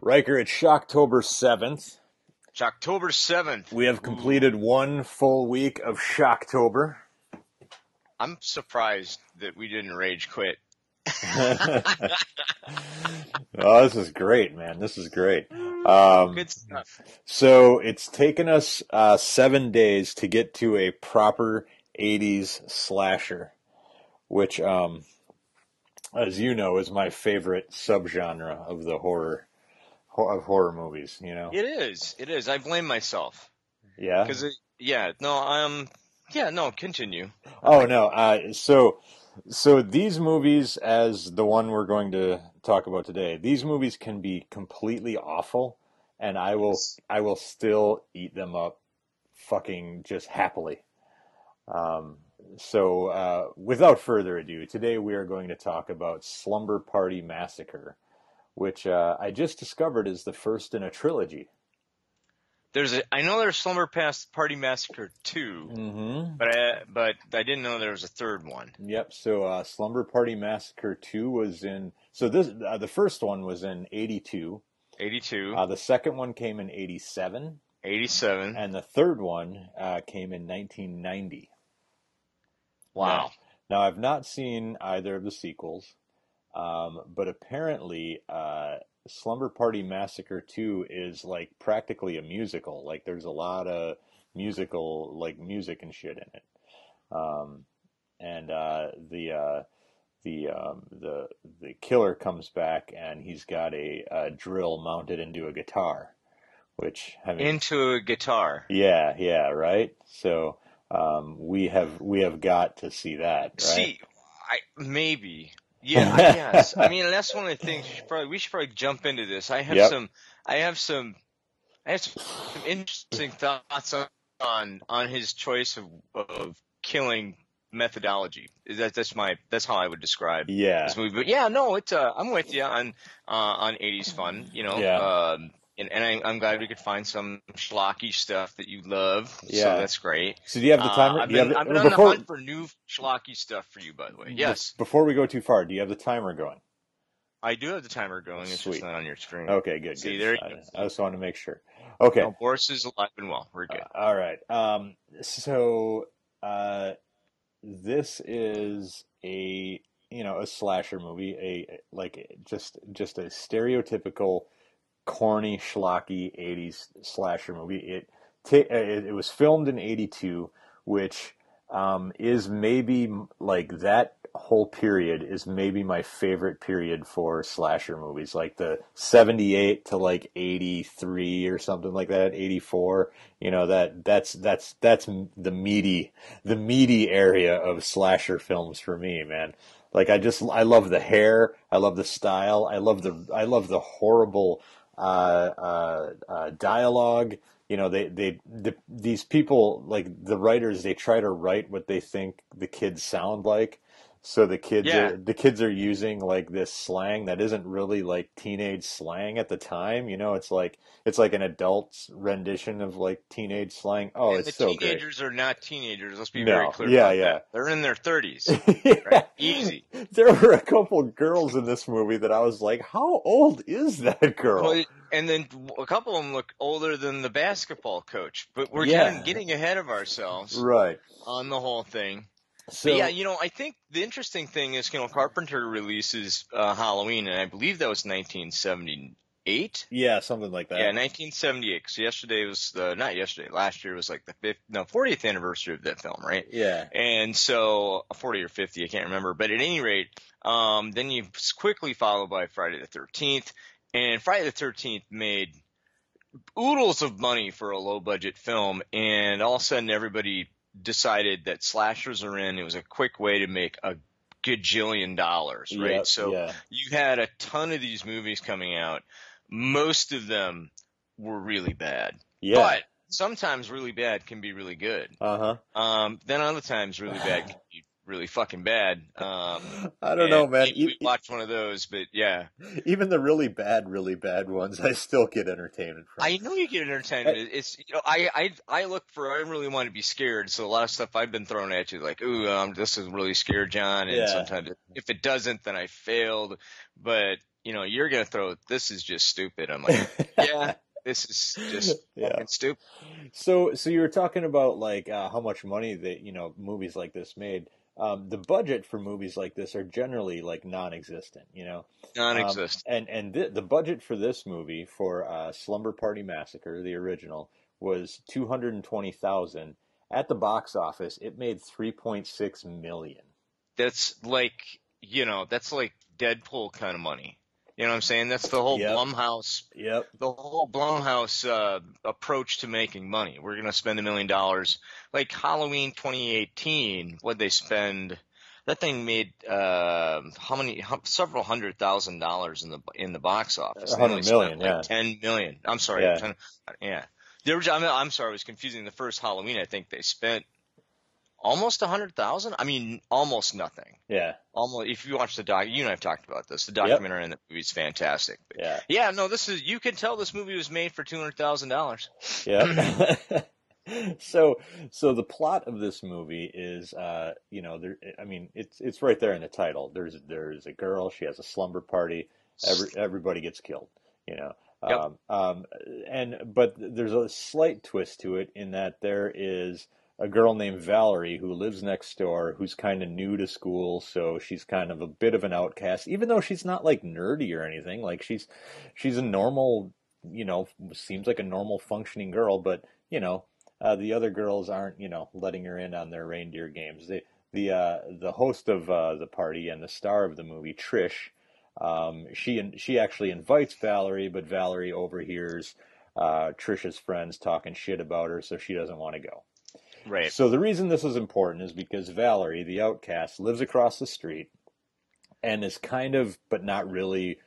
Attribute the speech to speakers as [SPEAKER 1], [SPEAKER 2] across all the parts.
[SPEAKER 1] Riker, it's Shocktober 7th.
[SPEAKER 2] It's October 7th.
[SPEAKER 1] We have completed one full week of Shocktober.
[SPEAKER 2] I'm surprised that we didn't rage quit.
[SPEAKER 1] Oh, this is great, man. This is great. Um,
[SPEAKER 2] Good stuff.
[SPEAKER 1] so it's taken us uh, seven days to get to a proper 80s slasher, which, um, as you know, is my favorite subgenre of the horror. ho- Of horror movies, you know,
[SPEAKER 2] It is. It is. I blame myself.
[SPEAKER 1] yeah.
[SPEAKER 2] Because, yeah, no, um, yeah, no, continue.
[SPEAKER 1] Oh no. Uh, so, so these movies, as the one we're going to talk about today, these movies can be completely awful, and I will,
[SPEAKER 2] Yes.
[SPEAKER 1] I will still eat them up, fucking just happily. Um, so, uh, without further ado, today we are going to talk about Slumber Party Massacre, which uh, I just discovered is the first in a trilogy.
[SPEAKER 2] There's a, I know there's Slumber Past Party Massacre 2,
[SPEAKER 1] Mm-hmm.
[SPEAKER 2] but I, but I didn't know there was a third one.
[SPEAKER 1] Yep. So uh, Slumber Party Massacre Two was in. So this uh, the first one was in '82.
[SPEAKER 2] 82,
[SPEAKER 1] Uh, the second one came in '87,
[SPEAKER 2] 87.
[SPEAKER 1] and the third one uh, came in 1990.
[SPEAKER 2] Wow.
[SPEAKER 1] Now I've not seen either of the sequels, um, but apparently uh, Slumber Party Massacre Two is like practically a musical. Like there's a lot of musical, like music and shit in it. Um, and uh, the uh, the um, the the killer comes back and he's got a, uh drill mounted into a guitar, which I mean,
[SPEAKER 2] Into a guitar.
[SPEAKER 1] yeah, yeah, right. So um, we have we have got to see that. Right?
[SPEAKER 2] See, I maybe. Yeah, I guess. I mean, that's one of the things we should probably we should probably jump into this. I have
[SPEAKER 1] Yep.
[SPEAKER 2] some I have some I have some interesting thoughts on on, on his choice of of killing methodology. That, that's my that's how I would describe
[SPEAKER 1] Yeah.
[SPEAKER 2] this movie. But yeah, no, it's uh, I'm with you on uh, on 80s fun, you know.
[SPEAKER 1] Yeah.
[SPEAKER 2] Um and, and I, I'm glad we could find some schlocky stuff that you love.
[SPEAKER 1] Yeah.
[SPEAKER 2] So that's great.
[SPEAKER 1] So do you have the
[SPEAKER 2] Uh,
[SPEAKER 1] timer?
[SPEAKER 2] I've
[SPEAKER 1] do you have
[SPEAKER 2] been,
[SPEAKER 1] the-
[SPEAKER 2] I've been on the
[SPEAKER 1] before, Mm-hmm.
[SPEAKER 2] hunt for new schlocky stuff for you, by the way. Yes,
[SPEAKER 1] Before we go too far, do you have the timer going?
[SPEAKER 2] I do have the timer going. It's
[SPEAKER 1] Sweet.
[SPEAKER 2] just not on your screen.
[SPEAKER 1] Okay, good.
[SPEAKER 2] See,
[SPEAKER 1] good.
[SPEAKER 2] there you
[SPEAKER 1] I,
[SPEAKER 2] go.
[SPEAKER 1] I just want to make sure. Okay.
[SPEAKER 2] No, Boris is alive and well. We're good.
[SPEAKER 1] Uh, all right. Um, so uh, this is a you know a slasher movie, a like just just a stereotypical corny schlocky '80s slasher movie. It ta- uh, it, it was filmed in '82, which um, is maybe m- like that whole period is maybe my favorite period for slasher movies like the 78 to like 83 or something like that 84 you know that that's that's that's m- the meaty the meaty area of slasher films for me man like i just i love the hair i love the style i love the i love the horrible uh uh, uh dialogue you know they they the, these people like the writers they try to write what they think the kids sound like so the kids
[SPEAKER 2] Yeah.
[SPEAKER 1] are, the kids are using like this slang that isn't really like teenage slang at the time you know it's like it's like an adult's rendition of like teenage slang oh
[SPEAKER 2] and
[SPEAKER 1] it's
[SPEAKER 2] the
[SPEAKER 1] so great
[SPEAKER 2] teenagers are not teenagers. Let's be
[SPEAKER 1] No.
[SPEAKER 2] very clear.
[SPEAKER 1] Yeah,
[SPEAKER 2] about
[SPEAKER 1] yeah.
[SPEAKER 2] That. They're in their 30s.
[SPEAKER 1] Yeah.
[SPEAKER 2] Easy.
[SPEAKER 1] There were a couple girls in this movie that I was like, "How old is that girl?"
[SPEAKER 2] Well, and then a couple of them look older than the basketball coach. But we're
[SPEAKER 1] Yeah.
[SPEAKER 2] getting, getting ahead of ourselves
[SPEAKER 1] right.
[SPEAKER 2] on the whole thing.
[SPEAKER 1] So
[SPEAKER 2] but yeah, you know, I think the interesting thing is, you know, Carpenter releases uh, Halloween, and I believe that was 1978.
[SPEAKER 1] yeah, something like that.
[SPEAKER 2] Yeah, 1978. So yesterday was the not yesterday. Last year was like the fifth, no 40th anniversary of that film, right?
[SPEAKER 1] yeah.
[SPEAKER 2] And so 40 or 50, I can't remember. But at any rate, um, then you s- quickly follow by Friday the 13th, and Friday the 13th made oodles of money for a low budget film, and all of a sudden everybody decided that slashers are in. It was a quick way to make a gajillion dollars, right?
[SPEAKER 1] Yep,
[SPEAKER 2] so
[SPEAKER 1] yeah.
[SPEAKER 2] you had a ton of these movies coming out. Most of them were really bad,
[SPEAKER 1] yeah.
[SPEAKER 2] but sometimes really bad can be really good.
[SPEAKER 1] Uh huh.
[SPEAKER 2] Um, then other times really bad can be really fucking bad. Um,
[SPEAKER 1] I don't know,
[SPEAKER 2] and
[SPEAKER 1] man.
[SPEAKER 2] We, we
[SPEAKER 1] E-
[SPEAKER 2] watched one of those, but yeah,
[SPEAKER 1] Even the really bad, really bad ones, I still get entertainment from.
[SPEAKER 2] I know you get entertainment. It's you know, I I I look for. I really want to be scared. So a lot of stuff I've been thrown at you, like, ooh, um, this is really scared, John. And
[SPEAKER 1] Yeah.
[SPEAKER 2] sometimes if it doesn't, then I failed. But you know, you're gonna throw. This is just stupid. I'm like, yeah, this is just
[SPEAKER 1] Yeah.
[SPEAKER 2] fucking stupid.
[SPEAKER 1] So, so you were talking about like uh, how much money that you know movies like this made. Um, the budget for movies like this are generally like non-existent, you know.
[SPEAKER 2] Non-existent.
[SPEAKER 1] Um, and and th- the budget for this movie for uh, Slumber Party Massacre, the original, was two hundred and twenty thousand. At the box office, it made three point six million.
[SPEAKER 2] that's like you know, that's like Deadpool kind of money. You know what I'm saying? That's the whole
[SPEAKER 1] Yep.
[SPEAKER 2] Blumhouse
[SPEAKER 1] Yep.
[SPEAKER 2] the whole Blumhouse uh, approach to making money. We're going to spend a million dollars. Like Halloween 2018, what they spend, that thing made uh, how many? How, several hundred thousand dollars in the in the box office. They
[SPEAKER 1] A hundred
[SPEAKER 2] only spent
[SPEAKER 1] million,
[SPEAKER 2] like
[SPEAKER 1] yeah.
[SPEAKER 2] ten million. I'm sorry,
[SPEAKER 1] Yeah.
[SPEAKER 2] 10 yeah. The orig- I'm, I'm sorry, I was confusing the first Halloween. I think they spent almost a hundred thousand. I mean, almost nothing.
[SPEAKER 1] Yeah.
[SPEAKER 2] Almost. If you watch the doc, you and I've talked about this. The documentary in the movie is fantastic. But
[SPEAKER 1] Yeah.
[SPEAKER 2] yeah, no, this is you can tell this movie was made for two hundred thousand dollars.
[SPEAKER 1] Yeah. so so the plot of this movie is uh you know there I mean it's it's right there in the title. There's there's a girl, she has a slumber party, every, everybody gets killed, you know.
[SPEAKER 2] Yep.
[SPEAKER 1] Um, um and but there's a slight twist to it in that there is a girl named Valerie who lives next door who's kind of new to school, so she's kind of a bit of an outcast even though she's not like nerdy or anything. Like she's she's a normal you know, seems like a normal functioning girl, but you know, uh, the other girls aren't, you know, letting her in on their reindeer games. The the uh, the host of uh, the party and the star of the movie, Trish, um, she and she actually invites Valerie, but Valerie overhears uh, Trish's friends talking shit about her, so she doesn't want to go.
[SPEAKER 2] Right.
[SPEAKER 1] So the reason this is important is because Valerie, the outcast, lives across the street and is kind of, but not really,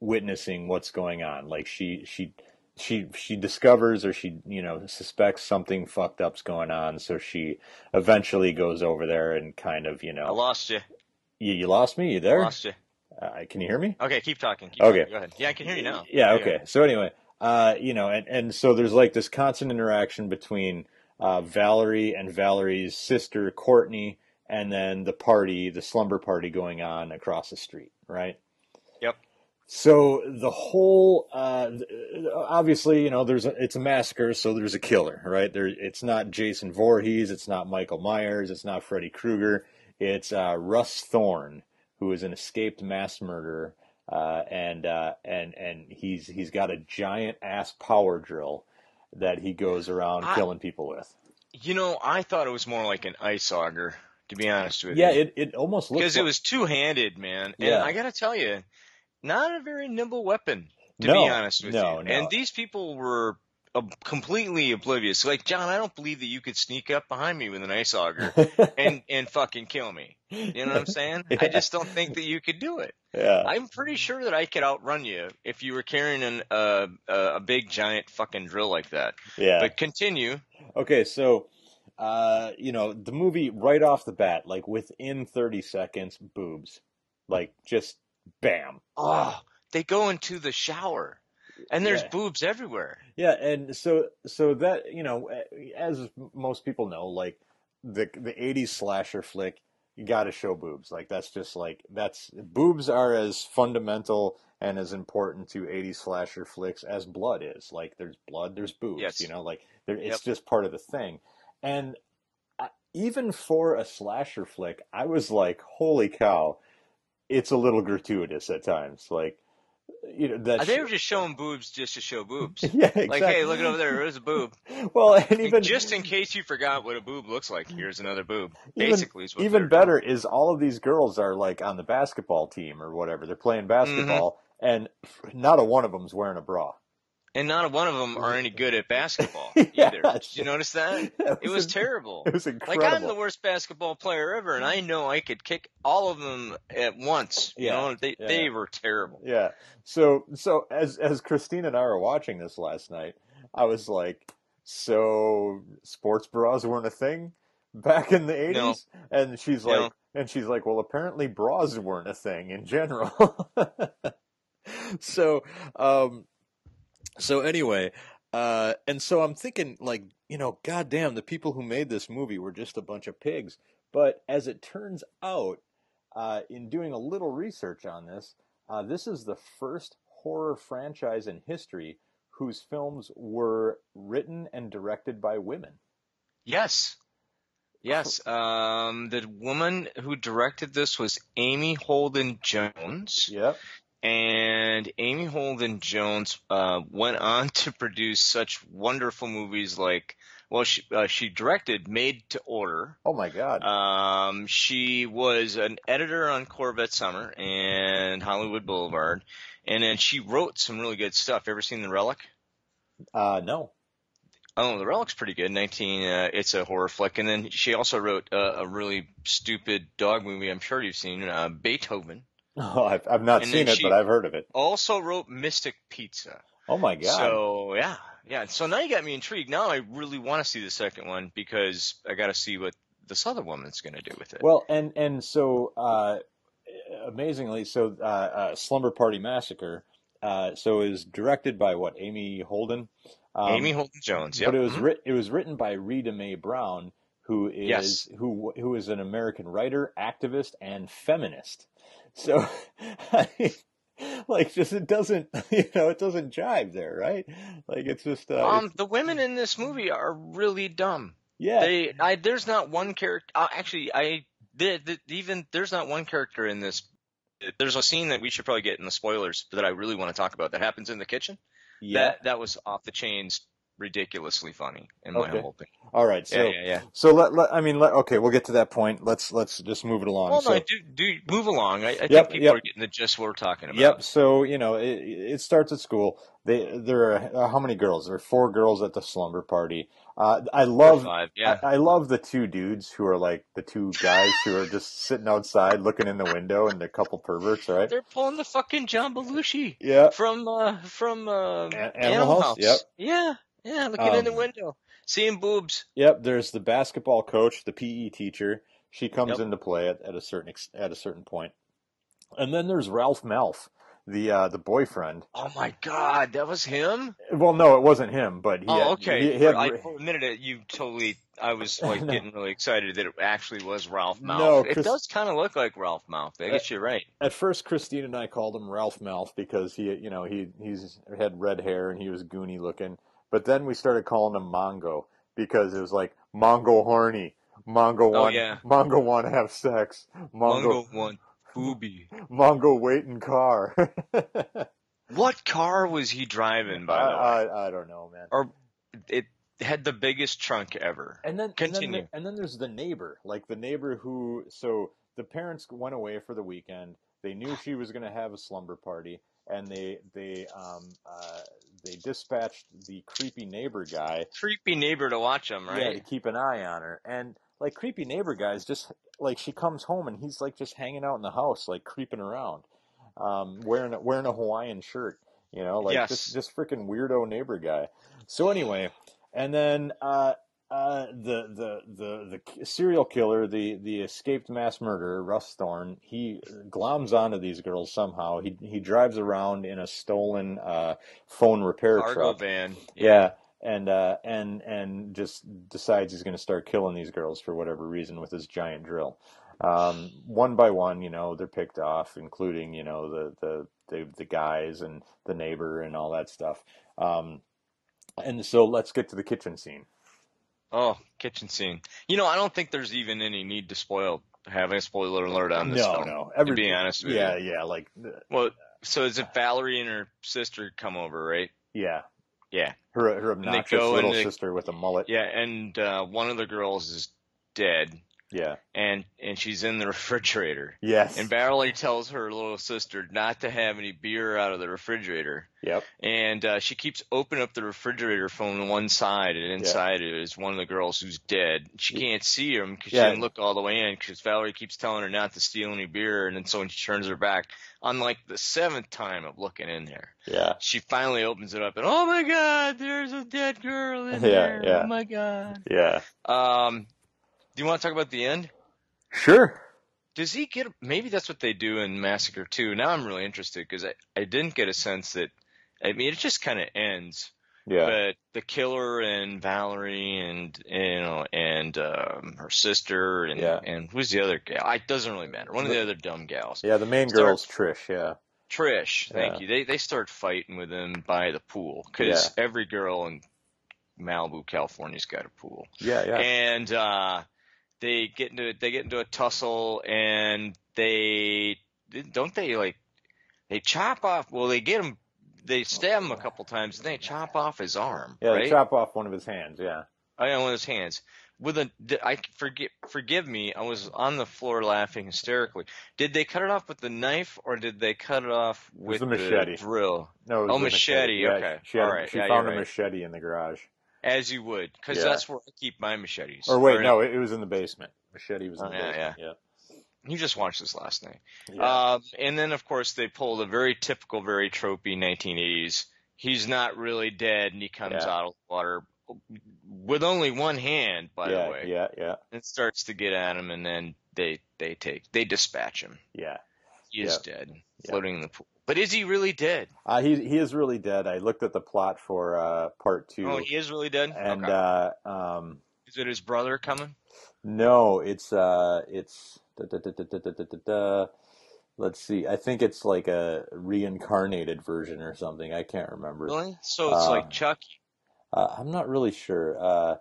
[SPEAKER 1] witnessing what's going on. Like she she she she discovers or she you know suspects something fucked up's going on, so she eventually goes over there and kind of you
[SPEAKER 2] I
[SPEAKER 1] know
[SPEAKER 2] lost you.
[SPEAKER 1] you, you lost me. You
[SPEAKER 2] I
[SPEAKER 1] there?
[SPEAKER 2] lost you.
[SPEAKER 1] Uh, can you hear me?
[SPEAKER 2] Okay, keep talking. Keep
[SPEAKER 1] Okay.
[SPEAKER 2] Talking. Go ahead. Yeah, I can hear you now.
[SPEAKER 1] Yeah, okay. So anyway, uh, you know, and, and so there's like this constant interaction between uh, Valerie and Valerie's sister Courtney, and then the party, the slumber party going on across the street, right?
[SPEAKER 2] Yep.
[SPEAKER 1] So the whole, uh, obviously, you know, there's a, it's a massacre, so there's a killer, right? There, it's not Jason Voorhees, it's not Michael Myers, it's not Freddy Krueger, it's uh, Russ Thorne, who is an escaped mass murderer uh, and uh, and and he's he's got a giant ass power drill that he goes around
[SPEAKER 2] I-
[SPEAKER 1] killing people with.
[SPEAKER 2] You know, I thought it was more like an ice auger, to be honest with
[SPEAKER 1] Yeah,
[SPEAKER 2] you.
[SPEAKER 1] it, it almost looks
[SPEAKER 2] because it
[SPEAKER 1] like-
[SPEAKER 2] was two-handed, man.
[SPEAKER 1] Yeah.
[SPEAKER 2] And I gotta tell you, not a very nimble weapon, to
[SPEAKER 1] No,
[SPEAKER 2] be honest with
[SPEAKER 1] no,
[SPEAKER 2] you.
[SPEAKER 1] no.
[SPEAKER 2] And these people were. ob- Completely oblivious. Like John, I don't believe that you could sneak up behind me with an ice auger and and fucking kill me. You know what I'm saying? I
[SPEAKER 1] Yeah.
[SPEAKER 2] just don't think that you could do it.
[SPEAKER 1] yeah.
[SPEAKER 2] I'm pretty sure that I could outrun you if you were carrying an, uh, a a big giant fucking drill like that.
[SPEAKER 1] yeah.
[SPEAKER 2] But continue.
[SPEAKER 1] Okay, so uh, you know, the movie right off the bat, like within 30 seconds, boobs. Like just bam.
[SPEAKER 2] Oh, they go into the shower, and there's
[SPEAKER 1] Yeah.
[SPEAKER 2] boobs everywhere.
[SPEAKER 1] Yeah, and so so that you know, as most people know, like the the '80s slasher flick, you got to show boobs. Like that's just like that's boobs are as fundamental and as important to '80s slasher flicks as blood is. Like there's blood, there's boobs.
[SPEAKER 2] Yes.
[SPEAKER 1] You know, like there, it's just part of the thing. And I, even for a slasher flick, I was like, holy cow, it's a little gratuitous at times. Like you know that.
[SPEAKER 2] they
[SPEAKER 1] sh-
[SPEAKER 2] were just showing boobs just to show boobs.
[SPEAKER 1] yeah, exactly.
[SPEAKER 2] Like, hey, look over there. There's a boob.
[SPEAKER 1] Well, and
[SPEAKER 2] And
[SPEAKER 1] even
[SPEAKER 2] just in case you forgot what a boob looks like, here's another boob.
[SPEAKER 1] Even-
[SPEAKER 2] Basically, is what
[SPEAKER 1] even
[SPEAKER 2] they're
[SPEAKER 1] better is all of these girls are like on the basketball team or whatever. They're playing
[SPEAKER 2] Mm-hmm.
[SPEAKER 1] basketball, and not a one of them's wearing a bra.
[SPEAKER 2] doing. and not one of them are any good at basketball
[SPEAKER 1] Yeah,
[SPEAKER 2] either. Did you notice that?
[SPEAKER 1] That
[SPEAKER 2] Uh, It was
[SPEAKER 1] in-
[SPEAKER 2] terrible.
[SPEAKER 1] It was
[SPEAKER 2] Like
[SPEAKER 1] incredible.
[SPEAKER 2] I'm the worst basketball player ever, and I know I could kick all of them at once. You
[SPEAKER 1] Yeah,
[SPEAKER 2] know, they
[SPEAKER 1] yeah.
[SPEAKER 2] they were terrible.
[SPEAKER 1] Yeah. So so as as Christine and I were watching this last night, I was like, so sports bras weren't a thing back in the
[SPEAKER 2] No.
[SPEAKER 1] eighties? And she's
[SPEAKER 2] No.
[SPEAKER 1] like, And she's like, well, apparently bras weren't a thing in general. so, um, so anyway, uh, and so I'm thinking, like, you know, goddamn, the people who made this movie were just a bunch of pigs. But as it turns out, uh, in doing a little research on this, uh, this is the first horror franchise in history whose films were written and directed by women.
[SPEAKER 2] Yes. Yes. Um, the woman who directed this was Amy Holden Jones.
[SPEAKER 1] Yep.
[SPEAKER 2] and Amy Holden Jones uh, went on to produce such wonderful movies like, well, she uh, she directed Made to Order.
[SPEAKER 1] Oh my god.
[SPEAKER 2] Um, she was an editor on Corvette Summer and Hollywood Boulevard, and then she wrote some really good stuff. Ever seen The Relic?
[SPEAKER 1] Uh, no.
[SPEAKER 2] Oh, The Relic's pretty good. Nineteen, uh, it's a horror flick, and then she also wrote uh, a really stupid dog movie. I'm sure you've seen uh, Beethoven.
[SPEAKER 1] Oh, I've, I've not
[SPEAKER 2] And
[SPEAKER 1] seen
[SPEAKER 2] then
[SPEAKER 1] it,
[SPEAKER 2] she-
[SPEAKER 1] but I've heard of it.
[SPEAKER 2] Also wrote Mystic Pizza.
[SPEAKER 1] Oh my god.
[SPEAKER 2] So yeah, yeah. So now you got me intrigued. Now I really want to see the second one because I got to see what this other woman's going to do with it.
[SPEAKER 1] Well, and and so uh, amazingly, so uh, uh, Slumber Party Massacre, uh, so is directed by what Amy Holden. Um,
[SPEAKER 2] Amy Mm-hmm. Holden Jones. Yeah.
[SPEAKER 1] but it was writ- it was written by Rita Mae Brown, who is
[SPEAKER 2] Yes.
[SPEAKER 1] who who is an American writer, activist, and feminist. So, I mean, like, just it doesn't you know it doesn't jive there, right? Like, it's just uh, it's-
[SPEAKER 2] um, the women in this movie are really dumb.
[SPEAKER 1] yeah,
[SPEAKER 2] They, I, there's not one character. Uh, actually, I, the, the, even there's not one character in this. There's a scene that we should probably get in the spoilers that I really want to talk about that happens in the kitchen.
[SPEAKER 1] yeah.
[SPEAKER 2] That that was off the chains, ridiculously funny in my
[SPEAKER 1] Okay.
[SPEAKER 2] whole thing.
[SPEAKER 1] All right, so
[SPEAKER 2] Yeah, yeah, yeah.
[SPEAKER 1] so let, let I mean, let, okay, we'll get to that point. Let's let's just move it along.
[SPEAKER 2] Well,
[SPEAKER 1] um, so,
[SPEAKER 2] no, do, do move along. I, I
[SPEAKER 1] Yep,
[SPEAKER 2] think people
[SPEAKER 1] yep.
[SPEAKER 2] are getting the gist we're talking about.
[SPEAKER 1] Yep. So you know, it, it starts at school. They there are uh, how many girls? There are four girls at the slumber party. Uh, I
[SPEAKER 2] Four or
[SPEAKER 1] love.
[SPEAKER 2] five, yeah.
[SPEAKER 1] I, I love the two dudes who are like the two guys who are just sitting outside looking in the window and a couple perverts, all right?
[SPEAKER 2] They're pulling the fucking John Belushi
[SPEAKER 1] Yeah.
[SPEAKER 2] from uh, from uh,
[SPEAKER 1] Animal
[SPEAKER 2] Animal,
[SPEAKER 1] House,
[SPEAKER 2] House.
[SPEAKER 1] yep.
[SPEAKER 2] Yeah, yeah. Looking in the
[SPEAKER 1] Um,
[SPEAKER 2] window, seeing boobs.
[SPEAKER 1] Yep. There's the basketball coach, the PE teacher. She comes
[SPEAKER 2] Yep.
[SPEAKER 1] into play at, at a certain ex- at a certain point. And then there's Ralph Melf, the uh, the boyfriend.
[SPEAKER 2] Oh my God, that was him.
[SPEAKER 1] Well, no, it wasn't him, but he had,
[SPEAKER 2] oh, okay.
[SPEAKER 1] he, he had
[SPEAKER 2] for, I, for a minute, it- you totally. I was like
[SPEAKER 1] No.
[SPEAKER 2] getting really excited that it actually was Ralph Mouth.
[SPEAKER 1] No,
[SPEAKER 2] it
[SPEAKER 1] Chris-
[SPEAKER 2] does kind of look like Ralph Mouth. I guess you're right.
[SPEAKER 1] At first, Christine and I called him Ralph Mouth because he, you know, he he's had red hair and he was goony looking. But then we started calling him Mongo because it was like Mongo horny, Mongo
[SPEAKER 2] Oh,
[SPEAKER 1] want,
[SPEAKER 2] yeah.
[SPEAKER 1] Mongo want to have sex, Mongo
[SPEAKER 2] Mungo one booby.
[SPEAKER 1] Mongo waiting car.
[SPEAKER 2] What car was he driving, by the way?
[SPEAKER 1] I, I I don't know, man.
[SPEAKER 2] it had the biggest trunk ever.
[SPEAKER 1] And then And then,
[SPEAKER 2] Continue.
[SPEAKER 1] there- and then there's the neighbor, like the neighbor who. So the parents went away for the weekend. They knew she was going to have a slumber party, and they they um uh, they dispatched the creepy neighbor guy
[SPEAKER 2] Creepy neighbor to watch him,
[SPEAKER 1] yeah, to
[SPEAKER 2] right?
[SPEAKER 1] keep an eye on her. And like creepy neighbor guys, just like she comes home and he's like just hanging out in the house, like creeping around, um, wearing a, wearing a Hawaiian shirt, you know, like
[SPEAKER 2] Yes.
[SPEAKER 1] just just freaking weirdo neighbor guy. So anyway, and then uh, uh, the the the the serial killer, the the escaped mass murderer, Russ Thorne, he gloms onto these girls somehow. He he drives around in a stolen uh, phone repair
[SPEAKER 2] Cargo
[SPEAKER 1] truck.
[SPEAKER 2] van.
[SPEAKER 1] Yeah, and uh, and and just decides he's going to start killing these girls for whatever reason with his giant drill. Um, one by one, you know, they're picked off, including you know the the the, the guys and the neighbor and all that stuff. Um, and so let's get to the kitchen scene.
[SPEAKER 2] Oh, kitchen scene. You know, I don't think there's even any need to spoil having a spoiler alert on this
[SPEAKER 1] no,
[SPEAKER 2] film.
[SPEAKER 1] no,
[SPEAKER 2] To
[SPEAKER 1] every
[SPEAKER 2] be honest with
[SPEAKER 1] yeah,
[SPEAKER 2] you.
[SPEAKER 1] yeah, like the-
[SPEAKER 2] Well, so is it Valerie and her sister come over, right?
[SPEAKER 1] yeah,
[SPEAKER 2] Yeah.
[SPEAKER 1] her her obnoxious
[SPEAKER 2] go and
[SPEAKER 1] little
[SPEAKER 2] they-
[SPEAKER 1] sister with a mullet.
[SPEAKER 2] Yeah, and uh, one of the girls is dead,
[SPEAKER 1] Yeah,
[SPEAKER 2] and and she's in the refrigerator.
[SPEAKER 1] yes,
[SPEAKER 2] And Valerie tells her little sister not to have any beer out of the refrigerator.
[SPEAKER 1] yep,
[SPEAKER 2] and uh, she keeps opening up the refrigerator from one side, and inside is one of the girls who's dead. She can't see him because
[SPEAKER 1] Yeah.
[SPEAKER 2] she didn't look all the way in because Valerie keeps telling her not to steal any beer, and then so when she turns her back, on like the seventh time of looking in there,
[SPEAKER 1] yeah,
[SPEAKER 2] she finally opens it up, and oh my god, there's a dead girl in
[SPEAKER 1] Yeah,
[SPEAKER 2] there.
[SPEAKER 1] yeah.
[SPEAKER 2] Oh my god.
[SPEAKER 1] yeah,
[SPEAKER 2] Um, do you want to talk about the end?
[SPEAKER 1] sure.
[SPEAKER 2] Does he get? Maybe that's what they do in Massacre Two. Now I'm really interested because I, I didn't get a sense that. I mean, it just kind of ends.
[SPEAKER 1] Yeah.
[SPEAKER 2] But the killer and Valerie and you know and um, her sister and
[SPEAKER 1] Yeah.
[SPEAKER 2] and who's the other gal? It doesn't really matter. One of the other dumb gals.
[SPEAKER 1] Yeah, the main
[SPEAKER 2] Start-
[SPEAKER 1] girl's Trish, yeah.
[SPEAKER 2] Trish, thank
[SPEAKER 1] Yeah.
[SPEAKER 2] you. They they start fighting with him by the pool because every girl in Malibu, California's got a pool,
[SPEAKER 1] Yeah, yeah.
[SPEAKER 2] and uh, they get into they get into a tussle, and they don't they like they chop off. Well, they get him, they stab him a couple times, and they chop off his arm,
[SPEAKER 1] yeah,
[SPEAKER 2] right?
[SPEAKER 1] they chop off one of his hands, yeah.
[SPEAKER 2] I had one of his hands. With a, d- I forgive, forgive me. I was on the floor laughing hysterically. Did they cut it off with the knife, or did they cut it off
[SPEAKER 1] was
[SPEAKER 2] with
[SPEAKER 1] a machete.
[SPEAKER 2] drill?
[SPEAKER 1] No, it
[SPEAKER 2] Oh,
[SPEAKER 1] was a
[SPEAKER 2] machete,
[SPEAKER 1] Yeah,
[SPEAKER 2] okay.
[SPEAKER 1] She, had,
[SPEAKER 2] All right,
[SPEAKER 1] she
[SPEAKER 2] yeah,
[SPEAKER 1] found a
[SPEAKER 2] you're right.
[SPEAKER 1] machete in the garage.
[SPEAKER 2] As you would, because
[SPEAKER 1] Yeah.
[SPEAKER 2] that's where I keep my machetes.
[SPEAKER 1] Or wait,
[SPEAKER 2] Or-
[SPEAKER 1] no, it, it was in the basement. Machete was in
[SPEAKER 2] Oh,
[SPEAKER 1] the
[SPEAKER 2] yeah,
[SPEAKER 1] basement. Yeah.
[SPEAKER 2] you just watched this last night.
[SPEAKER 1] Yeah.
[SPEAKER 2] Um, and then of course they pull the very typical, very tropey 1980s. He's not really dead, and he comes
[SPEAKER 1] Yeah.
[SPEAKER 2] out of the water with only one hand, by
[SPEAKER 1] yeah,
[SPEAKER 2] the way,
[SPEAKER 1] yeah, yeah,
[SPEAKER 2] and starts to get at him, and then they they take they dispatch him.
[SPEAKER 1] yeah.
[SPEAKER 2] He is dead,
[SPEAKER 1] Yeah.
[SPEAKER 2] floating in the pool. But is he really dead?
[SPEAKER 1] Uh, he he is really dead. I looked at the plot for uh, part two,
[SPEAKER 2] Oh, he is really dead.
[SPEAKER 1] and
[SPEAKER 2] okay.
[SPEAKER 1] uh, um,
[SPEAKER 2] is it his brother coming?
[SPEAKER 1] no, it's uh, it's da, da, da, da, da, da, da, da, da. let's see. I think it's like a reincarnated version or something. I can't remember.
[SPEAKER 2] Really? So it's
[SPEAKER 1] Uh,
[SPEAKER 2] like Chucky.
[SPEAKER 1] Uh, I'm not really sure. Uh,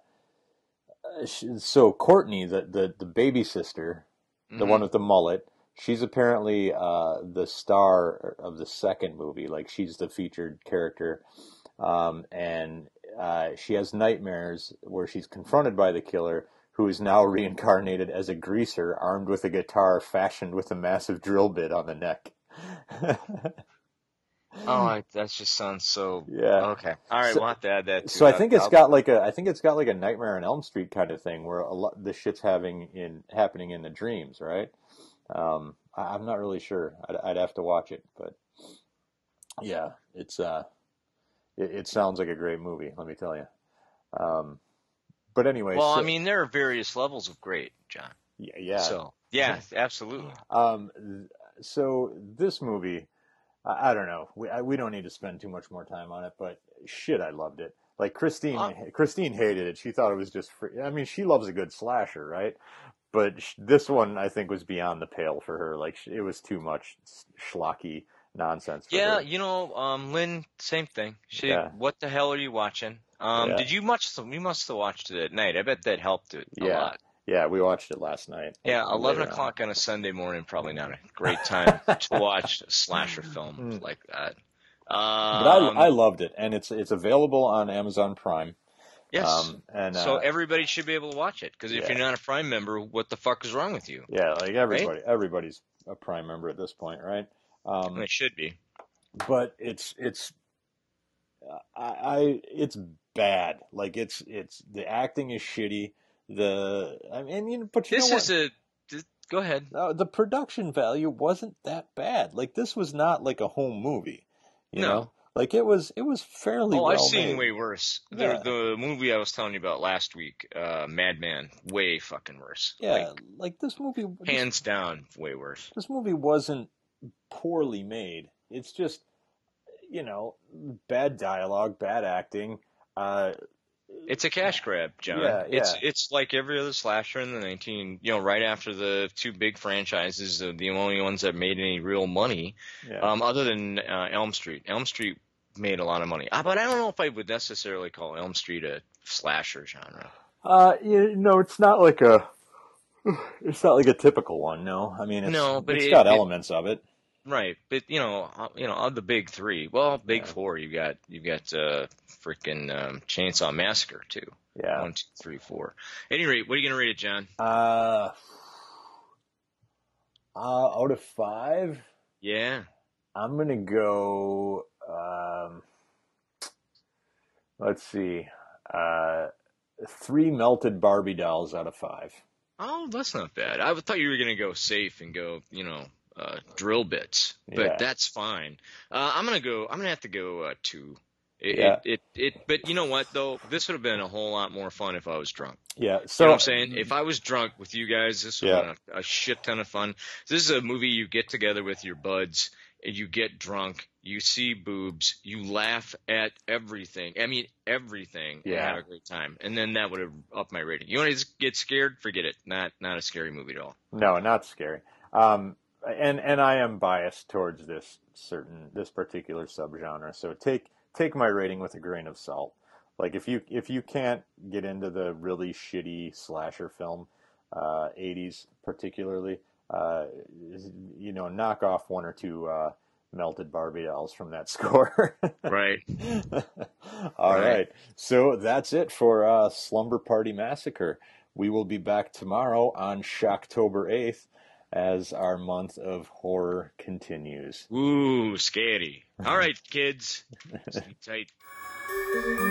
[SPEAKER 1] uh, sh so Courtney, the, the the baby sister, the
[SPEAKER 2] Mhm.
[SPEAKER 1] one with the mullet, she's apparently uh, the star of the second movie. Like she's the featured character, um, and uh, she has nightmares where she's confronted by the killer, who is now reincarnated as a greaser armed with a guitar fashioned with a massive drill bit on the neck.
[SPEAKER 2] Oh, I, that just sounds so.
[SPEAKER 1] yeah.
[SPEAKER 2] Okay. All right,
[SPEAKER 1] So-
[SPEAKER 2] we'll have to add that. To
[SPEAKER 1] So I
[SPEAKER 2] that.
[SPEAKER 1] think it's
[SPEAKER 2] I'll-
[SPEAKER 1] got like a I think it's got like a Nightmare on Elm Street kind of thing where a lot the shit's having in happening in the dreams, right? Um, I, I'm not really sure. I'd, I'd have to watch it, but yeah, it's uh, it, it sounds like a great movie. Let me tell you. Um, but anyway,
[SPEAKER 2] Well,
[SPEAKER 1] so,
[SPEAKER 2] I mean, there are various levels of great, John.
[SPEAKER 1] yeah, yeah.
[SPEAKER 2] So yeah, absolutely.
[SPEAKER 1] Um, th- so this movie, I, I don't know. We I, we don't need to spend too much more time on it, but shit, I loved it. Like Christine,
[SPEAKER 2] Uh.
[SPEAKER 1] Christine hated it. She thought it was just. Free. I mean, she loves a good slasher, right? But sh- this one, I think, was beyond the pale for her. Like sh- it was too much s- schlocky nonsense. For
[SPEAKER 2] Yeah,
[SPEAKER 1] her.
[SPEAKER 2] you know, um, Lynn, same thing. She,
[SPEAKER 1] Yeah.
[SPEAKER 2] what the hell are you watching? Um,
[SPEAKER 1] Yeah.
[SPEAKER 2] did you watch some? You must have watched it at night. I bet that helped it a
[SPEAKER 1] Yeah.
[SPEAKER 2] lot.
[SPEAKER 1] yeah. We watched it last night. uh,
[SPEAKER 2] Yeah,
[SPEAKER 1] Later
[SPEAKER 2] eleven
[SPEAKER 1] on.
[SPEAKER 2] o'clock on a Sunday morning, probably not a great time to watch a slasher film
[SPEAKER 1] Mm.
[SPEAKER 2] like that.
[SPEAKER 1] But I,
[SPEAKER 2] Um,
[SPEAKER 1] I loved it, and it's it's available on Amazon Prime.
[SPEAKER 2] yes.
[SPEAKER 1] Um, and
[SPEAKER 2] so
[SPEAKER 1] uh,
[SPEAKER 2] everybody should be able to watch it because if
[SPEAKER 1] yeah.
[SPEAKER 2] you're not a Prime member, what the fuck is wrong with you?
[SPEAKER 1] Yeah, like everybody, everybody's a Prime member at this point, right?
[SPEAKER 2] And
[SPEAKER 1] Um,
[SPEAKER 2] It should be.
[SPEAKER 1] but it's it's uh, I, I it's bad. Like it's it's the acting is shitty. The I mean, you know, but you
[SPEAKER 2] This
[SPEAKER 1] know
[SPEAKER 2] is
[SPEAKER 1] what?
[SPEAKER 2] a. th- Go ahead.
[SPEAKER 1] Uh, the production value wasn't that bad. Like this was not like a home movie, you
[SPEAKER 2] No.
[SPEAKER 1] know. Like it was it was fairly.
[SPEAKER 2] Oh,
[SPEAKER 1] well
[SPEAKER 2] I've seen
[SPEAKER 1] made.
[SPEAKER 2] way worse.
[SPEAKER 1] Yeah.
[SPEAKER 2] The the movie I was telling you about last week, uh, Madman, way fucking worse.
[SPEAKER 1] Yeah,
[SPEAKER 2] Like,
[SPEAKER 1] like, this movie. this
[SPEAKER 2] hands down, way worse.
[SPEAKER 1] this movie wasn't poorly made. It's just, you know, bad dialogue, bad acting. Uh,
[SPEAKER 2] It's a cash grab, John.
[SPEAKER 1] Yeah,
[SPEAKER 2] It's
[SPEAKER 1] yeah.
[SPEAKER 2] it's like every other slasher in the nineteen, you know, right after the two big franchises, the the only ones that made any real money,
[SPEAKER 1] yeah.
[SPEAKER 2] um, other than uh, Elm Street. Elm Street made a lot of money, Uh, but I don't know if I would necessarily call Elm Street a slasher genre.
[SPEAKER 1] Uh, you know, it's not like a, it's not like a typical one. No, I mean, it's,
[SPEAKER 2] No, but
[SPEAKER 1] it's
[SPEAKER 2] it-
[SPEAKER 1] got
[SPEAKER 2] it-
[SPEAKER 1] elements of it.
[SPEAKER 2] Right, but you know, uh, you know, of the big three, well, big
[SPEAKER 1] Yeah.
[SPEAKER 2] four. You got you got uh, freaking um, Chainsaw Massacre too.
[SPEAKER 1] Yeah.
[SPEAKER 2] One, two, three, four. At any rate, what are you gonna rate it, John?
[SPEAKER 1] Uh, uh, out of five,
[SPEAKER 2] Yeah,
[SPEAKER 1] I'm gonna go. Um, let's see. Uh, three melted Barbie dolls out of five.
[SPEAKER 2] oh, that's not bad. I thought you were gonna go safe and go, you know, uh, drill bits, but
[SPEAKER 1] Yeah.
[SPEAKER 2] that's fine. Uh, I'm gonna go. I'm gonna have to go uh, two. It,
[SPEAKER 1] Yeah.
[SPEAKER 2] it, it, it, but you know what though? This would have been a whole lot more fun if I was drunk.
[SPEAKER 1] Yeah.
[SPEAKER 2] You
[SPEAKER 1] So
[SPEAKER 2] know what I'm saying? If I was drunk with you guys, this would
[SPEAKER 1] Yeah.
[SPEAKER 2] have been a, a shit ton of fun. This is a movie you get together with your buds, and you get drunk, you see boobs, you laugh at everything. I mean, everything, and
[SPEAKER 1] Yeah.
[SPEAKER 2] have a great time. And then that would have upped my rating. You want to get scared? Forget it. Not not a scary movie at all.
[SPEAKER 1] No, not scary. Um, and and I am biased towards this certain this particular subgenre. So take take my rating with a grain of salt. Like if you if you can't get into the really shitty slasher film, uh, 80s particularly, uh, you know, knock off one or two uh, melted Barbie dolls from that score.
[SPEAKER 2] Right.
[SPEAKER 1] All
[SPEAKER 2] Right.
[SPEAKER 1] right. So that's it for uh, Slumber Party Massacre. We will be back tomorrow on Shocktober 8th as our month of horror continues.
[SPEAKER 2] Ooh, scary. All right, kids. Sleep tight.